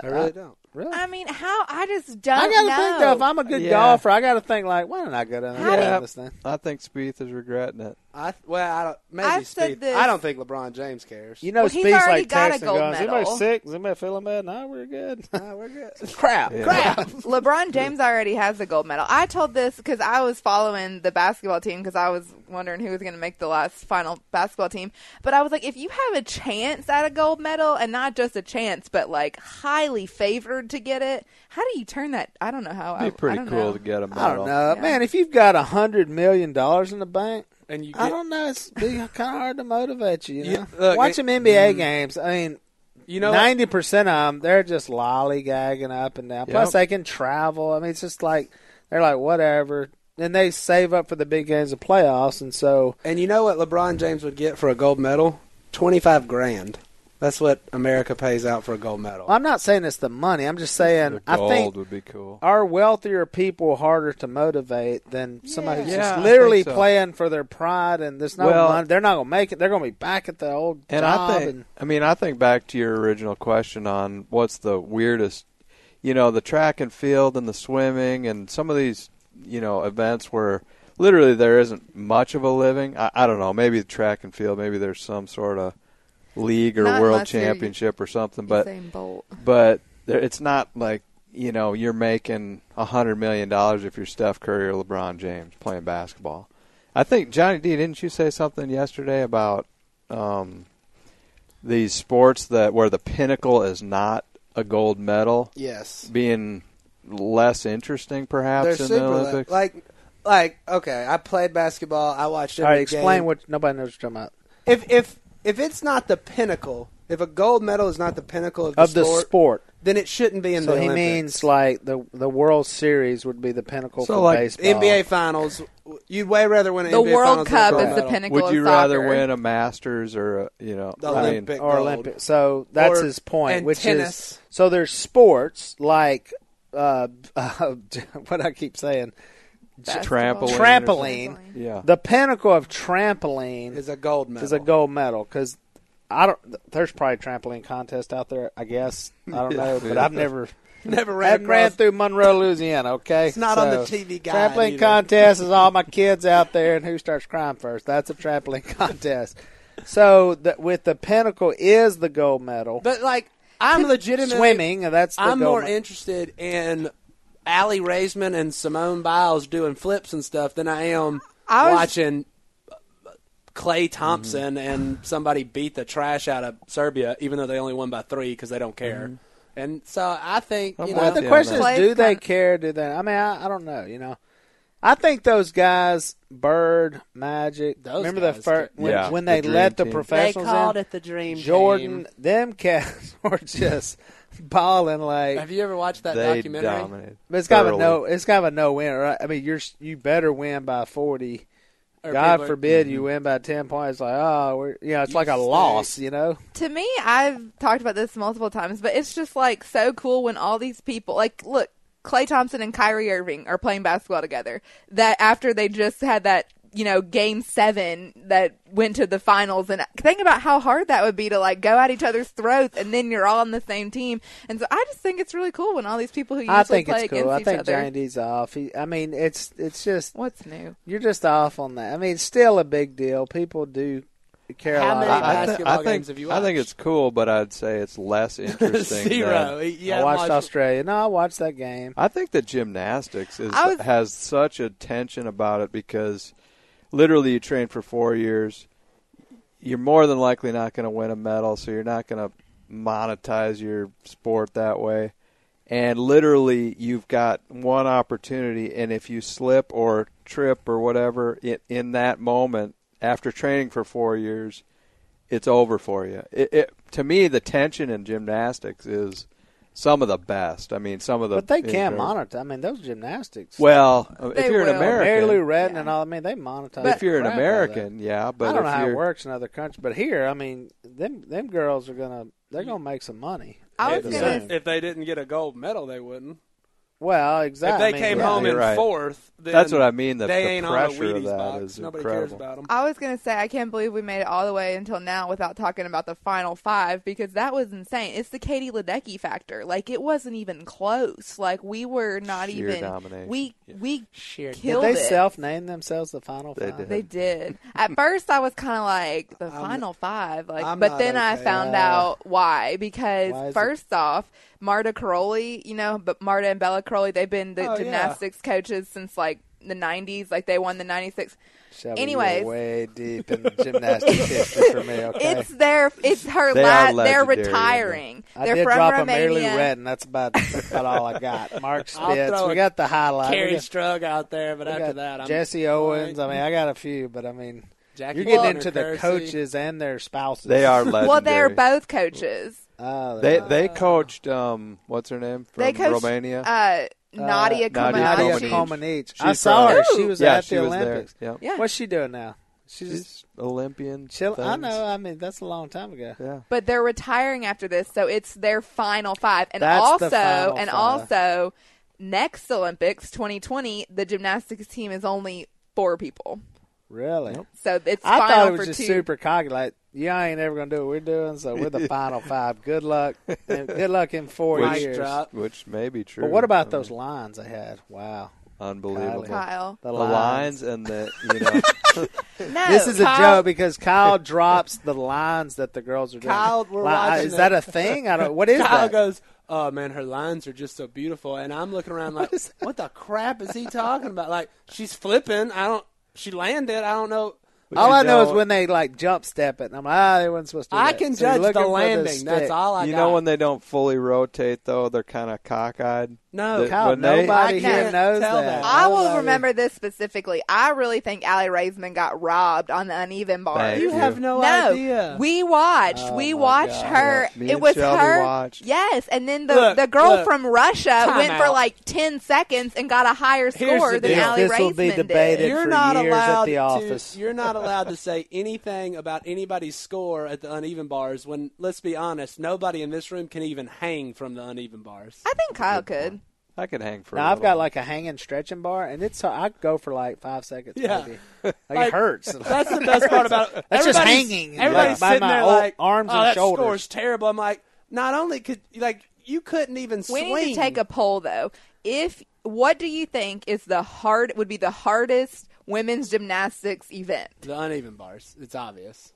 I really don't.
Really?
I mean, how I just don't
I gotta
know.
think though, if I'm a good
Yeah.
golfer, I gotta think like, why didn't I go down there
How
and
do-
play this thing?
I think Spieth is regretting it.
I th- well, I don't. Maybe
I've said
Spieth.
this-
I don't think LeBron James cares.
You know,
Well, he's
Speed's
already
like
got a
texting
gold
going, "Is anybody
medal."
sick? Is anybody feeling bad? No, we're
<laughs>
good.
Ah, we're good.
crap,
Yeah.
crap.
LeBron James already has a gold medal. I told this because I was following the basketball team because I was wondering who was going to make the last final basketball team. But I was like, if you have a chance at a gold medal and not just a chance, but like highly favored to get it, how do you turn that? I don't know how. I,
It'd be pretty
I don't
cool
know.
to get a medal.
I don't know,
Yeah.
man. If you've got a hundred million dollars in the bank,
And you
I
get,
don't know. It's kind of hard to motivate you. You
You-
know,
look,
watch
it- Mm.
them NBA games. I mean,
you know, what?
ninety percent of them they're just lollygagging up and down. Plus,
Yep.
they can travel. I mean, it's just like they're like whatever, and they save up for the big games of playoffs, and so.
and you know what LeBron James would get for a gold medal? Twenty five grand. That's what America pays out for a gold medal.
Well, I'm not saying it's the money. I'm just saying
The
I
gold
think
would be cool.
our wealthier people are harder to motivate than somebody who's
Yeah. Yeah,
just
I
literally
think so.
playing for their pride and there's no
Well-
money. They're not going to make it. They're going to be back at the old
And
job.
I think,
and
I mean, I think back to your original question on what's the weirdest, you know, the track and field and the swimming and some of these, you know, events where literally there isn't much of a living. I, I don't know, maybe the track and field, maybe there's some sort of league or
Not
world
unless you're-
championship or something, but
Usain Bolt.
but there, it's not like you know you're making a hundred million dollars if you're Steph Curry or LeBron James playing basketball. I think Johnny D, didn't you say something yesterday about um, these sports that where the pinnacle is not a gold medal
yes.
being less interesting, perhaps in the
le-
Olympics?
like, like okay. I played basketball. I watched.
all
Every
right, explain
game.
what nobody knows what you're talking about
if if if it's not the pinnacle, if a gold medal is not the pinnacle of the,
of the
sport,
sport.
then it shouldn't be in
So
the
he
Olympics.
means like the the World Series would be the pinnacle
So,
for
like,
baseball.
NBA Finals. You'd way rather win an
The
NBA Finals
World
than a
Cup
gold
is the
medal.
pinnacle.
Would
of
you rather
soccer.
win a Masters or a, you know?
The
I mean,
Olympic
or
gold.
Olympic. So that's
Or-
his point,
and
which is
tennis.
so there's sports like <laughs> uh, what I keep saying,
Basketball.
Trampoline.
trampoline.
yeah,
The pinnacle of trampoline
Is a gold medal.
is a gold medal because I don't. There's probably a trampoline contest out there. I guess I
<laughs>
don't know, but I've never
Never ran
haven't
across.
ran through Monroe, Louisiana. Okay,
It's not on the TV guide
Trampoline
either.
contest is all my
<laughs>
kids out there, and who starts crying first? That's a trampoline <laughs> contest. So the, with the pinnacle is the gold medal.
But like,
<laughs>
I'm legitimately
Swimming, and that's the
I'm
gold
more
medal.
interested in Allie Raisman and Simone Biles doing flips and stuff than I am
I was-
watching Clay Thompson and somebody beat the trash out of Serbia, even though they only won by three because they don't care. And so I think you
I'm
know
with
Well, the
Yeah,
question
no.
is, do they
Plays
care? Do they? I mean, I, I don't know. You know, I think those guys, Bird, Magic,
Those
remember the
guys
first
did-
when,
Yeah,
when
the
they
dream
let the
team. They
professionals in,
the dream.
Jordan, them cats <laughs> were just balling like.
Have you ever watched that
they
documentary?
dominated.
But it's kind of a
thoroughly.
no. It's kind of a no win. Right? I mean, you're s- you better win by forty.
Or
God
people- <laughs> Mm-hmm.
forbid you win by ten points. Like oh, we're, you know, it's
You
like a
stay.
loss. You know,
to me, I've talked about this multiple times, but it's just like so cool when all these people, like, look, Clay Thompson and Kyrie Irving are playing basketball together. That after they just had that you know, game seven that went to the finals. And think about how hard that would be to like go at each other's throats and then you're all on the same team. And so I just think it's really cool when all these people who usually
I think
play
it's cool.
against
I
each
think
other.
Johnny D's off. He, I mean, it's it's just
What's new?
you're just off on that. I mean, it's still a big deal. People do care a
How
lot
many
about
I, I,
it.
thi-
basketball
I think
games have you
I think
watched?
it's cool, but I'd say it's
<laughs>
less interesting.
Zero.
than-
Yeah,
I watched
watch-
Australia. No, I watched that game.
I think the gymnastics is
I was-
has such a tension about it because literally you train for four years. You're more than likely not going to win a medal, so you're not going to monetize your sport that way. And literally, you've got one opportunity, and if you slip or trip or whatever in, in that moment after training for four years, it's over for you. It, it, to me, the tension in gymnastics is some of the best. I mean, some of the
But they can
incredible-
monitor. I mean, those gymnastics.
well, if
They
you're an
will.
American,
Mary Lou Retton
Yeah.
and all. I mean, they monetize.
if you're an
the crap out of that.
American, yeah, but
I don't
if
know how it
you're
works in other countries, but here, I mean, them them girls are gonna they're gonna make some money.
I was
If-
the
gonna
same.
If they didn't get a gold medal, they wouldn't.
Well,
If
exactly.
they came
yeah,
home
you're
in
right.
fourth, then
That's what I mean, the-
they
the
ain't on
pressure
the
of
Wheaties
that
box.
is
Nobody cares
incredible.
about them.
I was gonna say I can't believe we made it all the way until now without talking about the final five because that was insane. It's the Katie Ledecky factor. Like it wasn't even close. Like we were not
Sheer
even.
domination.
We we
Did
killed
they
it.
self name themselves the final
They
five?
did.
They did. At first, I was kind of like the final five, like,
I'm
but
not
then I
okay.
found
Uh,
out why. Because
why is it-
first off, Marta Crowley, you know, but Marta and Bella Crowley, they've been the
Oh, yeah.
gymnastics coaches since like the '90s. Like they won the '96.
Shelby,
Anyways.
you're way deep in gymnastics history for
<laughs>
me. Okay,
It's their, it's her.
They
La-
are legendary,
they're
aren't they?
retiring.
I
they're
did
from
drop a Mary Lou
Romania.
Retton. That's about that's about all I got. Mark
I'll
Spitz.
throw
We
a
got the highlight. We
Carrie
got-
Strug out there, but
we
after
got
that, I'm
Jesse Owens. I mean, I got a few, but I mean,
Jackie
you're getting
Wagner,
into the
Kersey.
coaches and their spouses. <laughs>
They are legendary.
Well, they're both coaches.
Oh,
They
they're-
they coached um what's her name from
They coached
Romania.
Uh,
Nadia
Nadia
Comaneci.
Comaneci.
Comaneci.
She's
I saw
from-
her. She was
yeah,
at
she
the
was
Olympics.
there. Yeah,
Yeah,
What's she doing now? She's,
she's Olympian.
chill. I
things.
know. I mean, that's a long time ago.
Yeah,
but they're retiring after this, so it's their final five. And
That's the
also,
final
and
five.
also, next Olympics 2020, the gymnastics team is only four people,
Really?
so it's
I
final
thought it was
for
just
two.
super cocky. Like, yeah, I ain't ever gonna do what we're doing, so we're
<laughs>
the final five. Good luck. And good luck in four
Mic
years.
drop.
which may be true.
But what about
I
those
mean,
lines I had? Wow.
unbelievable?
Kyle,
The,
The lines and the you know
no,
<laughs> This is a
Kyle,
joke because Kyle drops the lines that the girls are doing.
Kyle, we're
Li-
watching
is
it.
that a thing? I
<laughs>
don't. What is
Kyle
that?
goes, "Oh man, her lines are just so beautiful." And I'm looking around like, "What, the crap is he talking about?" Like she's flipping. I don't. She landed. I don't know.
all
You
I know, is
know-
when they like jump step it, and I'm like, ah, they weren't supposed to. Do
I
that.
can
So you're
judge
looking
the
for
landing. That's
stick.
all I
you
got.
know when they don't fully rotate though they're kind of cockeyed.
No.
The-
Kyle,
when they-
nobody
I
here
can't
knows
tell
that.
that.
I
Nobody-
will remember this specifically. I really think Allie Raisman got robbed on the uneven bar.
Thank
you have
you.
no,
no,
idea.
we watched.
Oh,
we
my
watched
God.
her.
Yeah, me
it
and
was
Shelby
her.
watched.
Yes, and then the,
Look,
the girl
look.
from Russia
Time
went for
out.
like ten seconds and got a higher
Here's
score
the
than
deal.
Allie
This will
Raisman
be
did.
debated.
you're
for
not
years at
allowed
the
to,
office. <laughs>
You're not allowed to say anything about anybody's score at the uneven bars. When let's be honest, nobody in this room can even hang from the uneven bars.
I think Kyle could.
I could hang for. a
Now I've
little.
got like a hanging stretching bar, and it's I go for like five seconds.
Yeah. <laughs>
maybe. like,
Like,
it hurts.
<laughs> That's the best part
<laughs>
about it.
That's just
Everybody's-
hanging, like,
Everybody's
by
sitting
my
there
old
like
arms
oh,
and
that
shoulders."
score's terrible. I'm like, not only could like you couldn't even
We
swing.
need to take a poll though. If what do you think is the hard would be the hardest women's gymnastics event?
the uneven bars. It's obvious.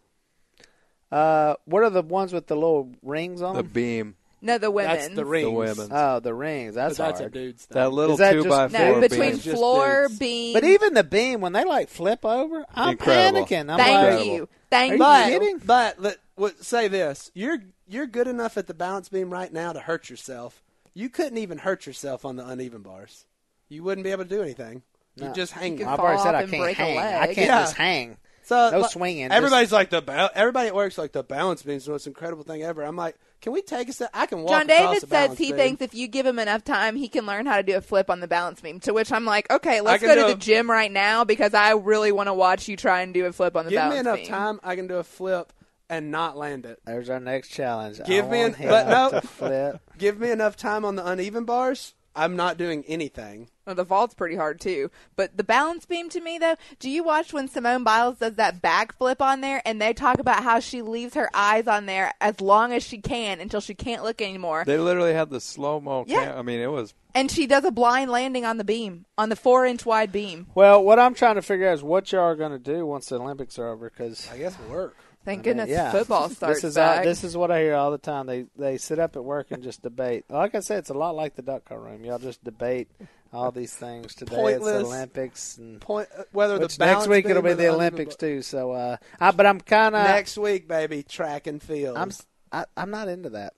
Uh, what are the ones with the little rings on
the
them?
beam.
No, the women's.
That's the rings.
women.
Oh, the rings.
But
That's,
that's a
hard.
dude's thing.
That little
Is that
two
just-
by
No,
four
between
beam.
just
floor
dudes.
beam.
But even the beam when they like flip over, I'm
Incredible.
panicking. I'm
thank
like,
you, thank
Are you
but,
kidding?
But let, what, say this: you're you're good enough at the balance beam right now to hurt yourself. You couldn't even hurt yourself on the uneven bars. You wouldn't be able to do anything.
No.
You'd just hang.
You
I've
fall
already said
off
I
and
can't
break a
hang. I
leg.
can't
Yeah.
just hang.
So
no
like,
swinging.
Everybody's like the ba- everybody at work's like the balance beam is the most incredible thing ever. I'm like, can we take a step? I can walk.
John
across a
David says
balance
he
beam.
thinks if you give him enough time, he can learn how to do a flip on the balance beam. To which I'm like, okay, let's
can
go
do
to the
a-
gym right now because I really want to watch you try and do a flip on the
Give me
balance
enough
beam.
time, I can do a flip and not land it.
Just, There's our next challenge. I
Give me
want
an-
him
but no.
to flip.
Give me enough time on the uneven bars, I'm not doing anything.
Well, the vault's pretty hard too. But the balance beam to me though, do you watch when Simone Biles does that backflip on there and they talk about how she leaves her eyes on there as long as she can until she can't look anymore.
They literally had the slow mo.
Yeah.
I mean, it was
and she does a blind landing on the beam, on the four inch wide beam.
Well, what I'm trying to figure out is what y'all are going to do once the Olympics are over because.
I guess work.
I
Thank
mean,
goodness
yeah.
football starts
This is
back.
uh, this is what I hear all the time. They they sit up at work and just debate. Like I said, it's a lot like the duck call room. Y'all just debate all these things today. It's
Pointless.
the Olympics and
Point uh, whether
which
the balance
next week it'll
beam
be
or
the
uneven
Olympics
bu-
too. So, uh, I, but I'm kind of
Next week, baby, track and field.
Uh, I'm s- I, I'm not into that.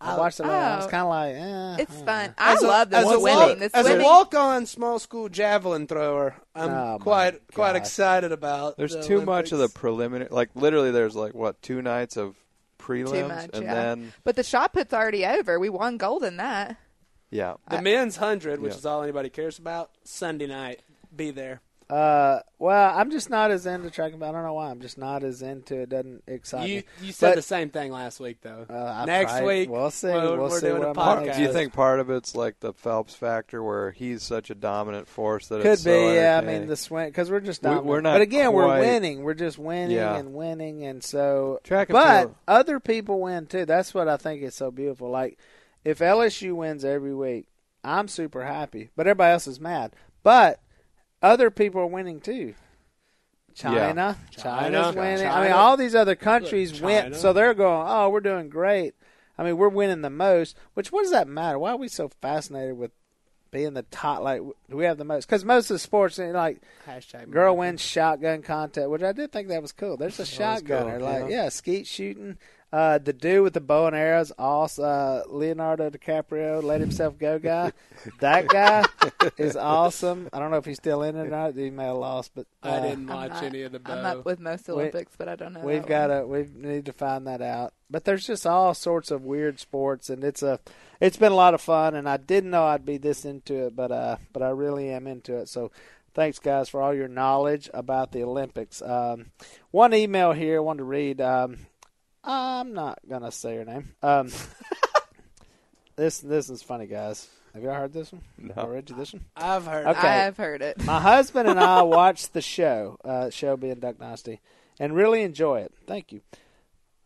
I
Oh.
watched it. I was
Oh.
kind of like, eh,
<laughs>
it's
I don't
fun.
know.
I
As a-
love the
as a
swimming.
walk-
The
as
swimming.
a walk-on small school javelin thrower, I'm
Oh, my
quite quite
God.
excited about.
There's
the
too much of the
Olympics.
preliminary. Like literally, there's like what two nights of prelims,
much,
and
yeah.
then
but the shot put's already over. We won gold in that.
yeah,
The men's hundred, which
Yeah.
is all anybody cares about. Sunday night, be there.
Uh, well, I'm just not as into track. and- I don't know why. I'm just not as into it. Doesn't excite
You
me.
you said
But-
the same thing last week though.
Uh, I
Next
tried-
week,
we'll see.
We're,
We'll
we're
see
doing
what
a
I'm
Part-
podcast.
do you think part of it's like the Phelps factor, where he's such a dominant force that
Could
it's so
be, yeah. I
entertaining?
mean, the swing because we're just
We- we're
dominant.
not
But again, we're
quite-
winning. We're just winning
Yeah.
and winning, and so.
Track and
but
field.
other people win too. That's what I think is so beautiful. Like if LSU wins every week, I'm super happy, but everybody else is mad. But other people are winning too. China, China's
China.
winning. I
China.
mean, all these other countries
China.
win, so they're going, "Oh, we're doing great." I mean, we're winning the most. Which what does that matter? Why are we so fascinated with being the top? Like, do we have the most? Because most of the sports, you know, like
hashtag
girl wins shotgun contest, which I did think that was cool. There's a shotgunner,
cool,
like
yeah.
yeah, skeet shooting. Uh, the dude with the bow and arrows, awesome. Uh, Leonardo DiCaprio, let himself go guy. that guy is awesome. I don't know if he's still in it or not. He may have lost, but uh,
I didn't
I'm
watch
not-
any of the bow.
I'm up with most Olympics, but I don't know.
We've
that
got
one.
to we need to find that out. But there's just all sorts of weird sports, and it's a it's been a lot of fun. And I didn't know I'd be this into it, but uh, but I really am into it. So thanks, guys, for all your knowledge about the Olympics. Um, one email here I wanted to read. Um, I'm not gonna say her name. Um, <laughs> this this is funny, guys. Have y'all heard this one?
No.
I read you this one.
I've heard.
Okay.
I've heard it.
My husband and I watch the show, uh, show being Duck Dynasty, and really enjoy it. Thank you.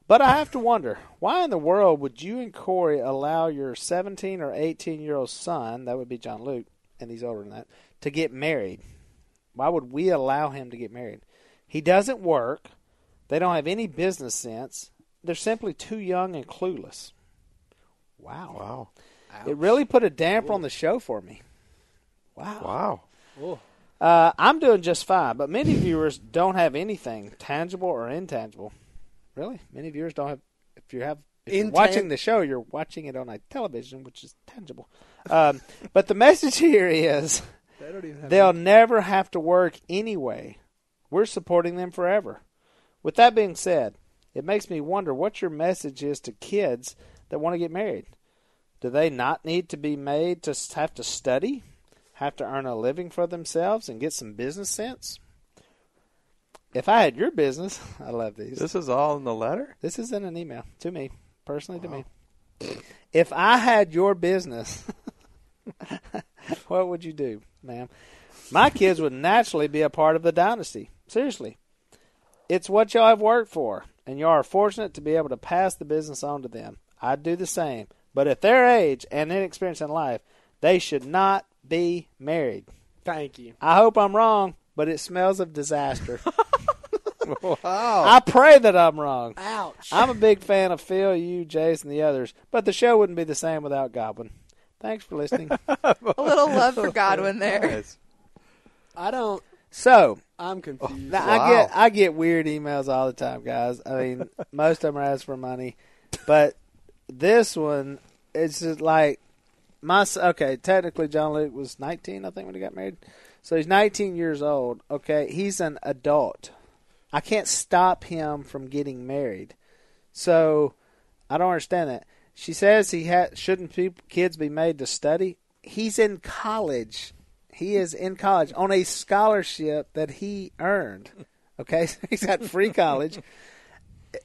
But I have to wonder why in the world would you and Corey allow your 17 or 18 year old son, that would be John Luke, and he's older than that, to get married? Why would we allow him to get married? He doesn't work. They don't have any business sense. They're simply too young and clueless. Wow.
wow,
It really put a damper on the show for me. Wow.
wow.
Oh,
Uh, I'm doing just fine, but many viewers don't have anything tangible or intangible. Really, many viewers don't have. If you have, if you're
Intan-
watching the show, you're watching it on a television, which is tangible. Um, <laughs> but the message here is
they don't even have.
they'll never have to work anyway. We're supporting them forever. With that being said, it makes me wonder what your message is to kids that want to get married. Do they not need to be made to s- have to study, have to earn a living for themselves, and get some business sense? If I had your business, <laughs> I love these.
This is all in
<laughs>
the letter.
This is in an email to me, personally to me. If I had your business, <laughs> what would you do, ma'am? My kids would naturally be a part of the dynasty. Seriously. It's what y'all have worked for, and y'all are fortunate to be able to pass the business on to them. I'd do the same. But at their age and inexperience in life, they should not be married.
Thank you.
I hope I'm wrong, but it smells of disaster.
Wow.
I pray that I'm wrong.
Ouch.
I'm a big fan of Phil, you, Jason, the others, but the show wouldn't be the same without Godwin. Thanks for listening.
A little love for Godwin there.
Nice.
I don't.
so
I'm confused.
now
Wow.
I get I get weird emails all the time, guys. I mean, most of them are asked for money, but this one it's just like my s- okay. Technically, John Luke was 19, I think, when he got married. So he's 19 years old. Okay, he's an adult. I can't stop him from getting married. So I don't understand that. She says he ha- shouldn't pe- kids be made to study. He's in college. He is in college on a scholarship that he earned. Okay, <laughs> so he's at free college.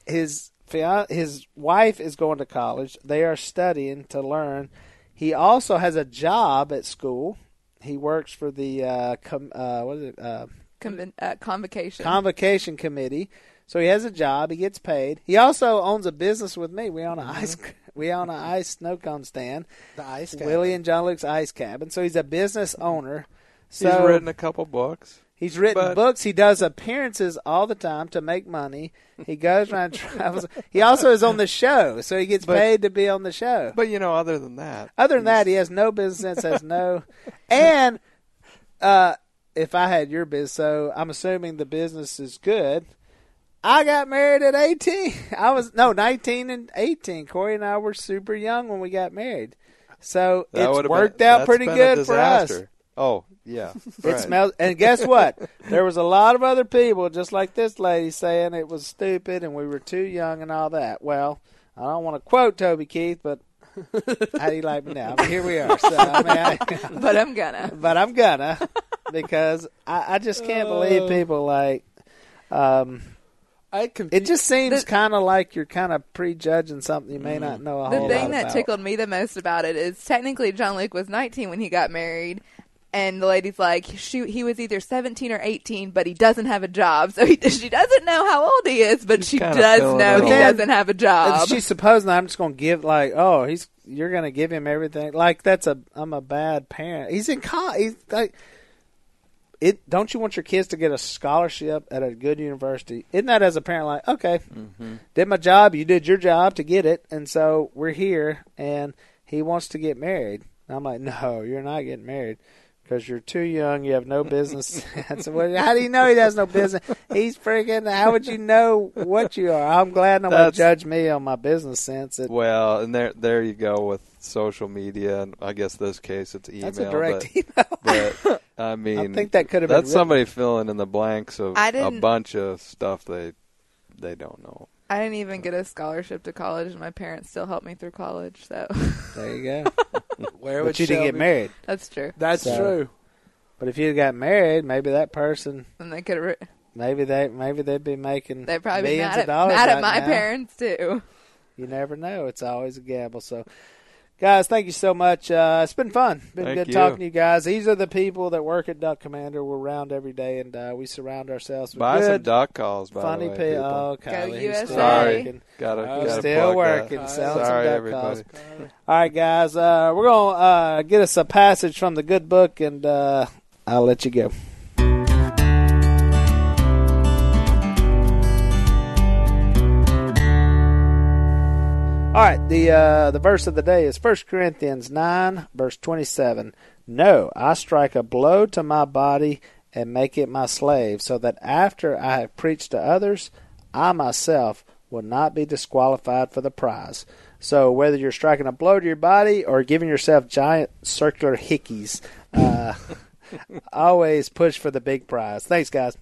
His fian- his wife is going to college. They are studying to learn. He also has a job at school. He works for the uh, com- uh, what is it? Uh,
Conven- uh, convocation.
convocation committee. So he has a job. He gets paid. He also owns a business with me. We own
Mm-hmm.
an ice <laughs> we own an ice snow cone stand.
The ice cap.
Willie and John Luke's ice cabin. So he's a business owner. So
Mm-hmm. He's written a couple books.
He's written
But-
books. He does appearances all the time to make money. He goes around and <laughs> travels. He also is on the show, so he gets
But-
paid to be on the show.
But you know, other than that,
<laughs> Other than that, he has no business sense. Has no, and uh, if I had your biz, so I'm assuming the business is good. I got married at 18. <laughs> I was no 19 and 18. Corey and I were super young when we got married, so
that
it's
would've
worked
been,
out
that's
pretty
been a
good for us.
disaster. Oh
<laughs>
yeah,
It
right.
smells, and guess what? there was a lot of other people, just like this lady, saying it was stupid and we were too young and all that. Well, I don't want to quote Toby Keith, but <laughs> how do you like me now? I mean, here we are. So, I <laughs> mean, I,
but I'm gonna.
but I'm gonna because I, I just can't
Oh.
believe people like. Um,
I can.
it just seems
The- Mm-hmm.
kind of like you're kind of prejudging something you may not know a
The
whole lot
thing that
about.
tickled me the most about it is technically John Luke was 19 when he got married, and the lady's like, she, he was either 17 or 18, but he doesn't have a job, <laughs> so he, she doesn't know how old he is, but
She's
she
kinda
does
filling
know
it
he
all.
doesn't have a job.
And she's supposing I'm just going to give like, oh, he's you're going to give him everything. Like that's a I'm a bad parent. He's in college. He's like it. Don't you want your kids to get a scholarship at a good university? Isn't that as a parent like, okay, did my job, you did your job to get it, and so we're here, and he wants to get married. And I'm like, no, you're not getting married. Because you're too young, you have no business. <laughs> That's what- how do you know he has no business? He's freaking. How would you know what you are? I'm glad no one
That's-
judged me on my business sense. It,
Well, and there there you go with social media, and I guess this case it's email.
that's a direct
but,
<laughs>
but, I mean,
I think that could have been
that's
written.
somebody filling in the blanks of
I
a
didn't-
bunch of stuff they they don't know.
I didn't even get a scholarship to college, and my parents still helped me through college, so <laughs>
There you
<laughs>
go.
Where would
but you didn't get
Shelby-
married.
that's true.
That's
So-
true.
But if you got married, maybe that person,
And they could have.
maybe they, maybe they'd be making
They'd probably be
millions
mad
of
at,
dollars.
mad
right
at my
now.
parents too.
You never know. It's always a gamble. So, guys, thank you so much. Uh, it's been fun. Been
Thank
good
you.
talking to you guys. These are the people that work at Duck Commander. We're around every day, and uh, we surround ourselves with
Buy some
good,
duck calls, by
funny
the way,
pe-
people.
Oh, Kylie, he's
USA.
still
Sorry.
working.
gotta,
Uh,
Oh,
gotta
still
plug that.
working.
Uh,
Selling some
Sorry,
duck calls.
everybody.
All right, guys. Uh, we're gonna uh, get us a passage from the good book, and uh, I'll let you go. All right, the uh, the verse of the day is 1 Corinthians 9, verse 27. No, I strike a blow to my body and make it my slave, so that after I have preached to others, I myself will not be disqualified for the prize. So, whether you're striking a blow to your body or giving yourself giant <laughs> circular hickeys, uh, always push for the big prize. Thanks, guys.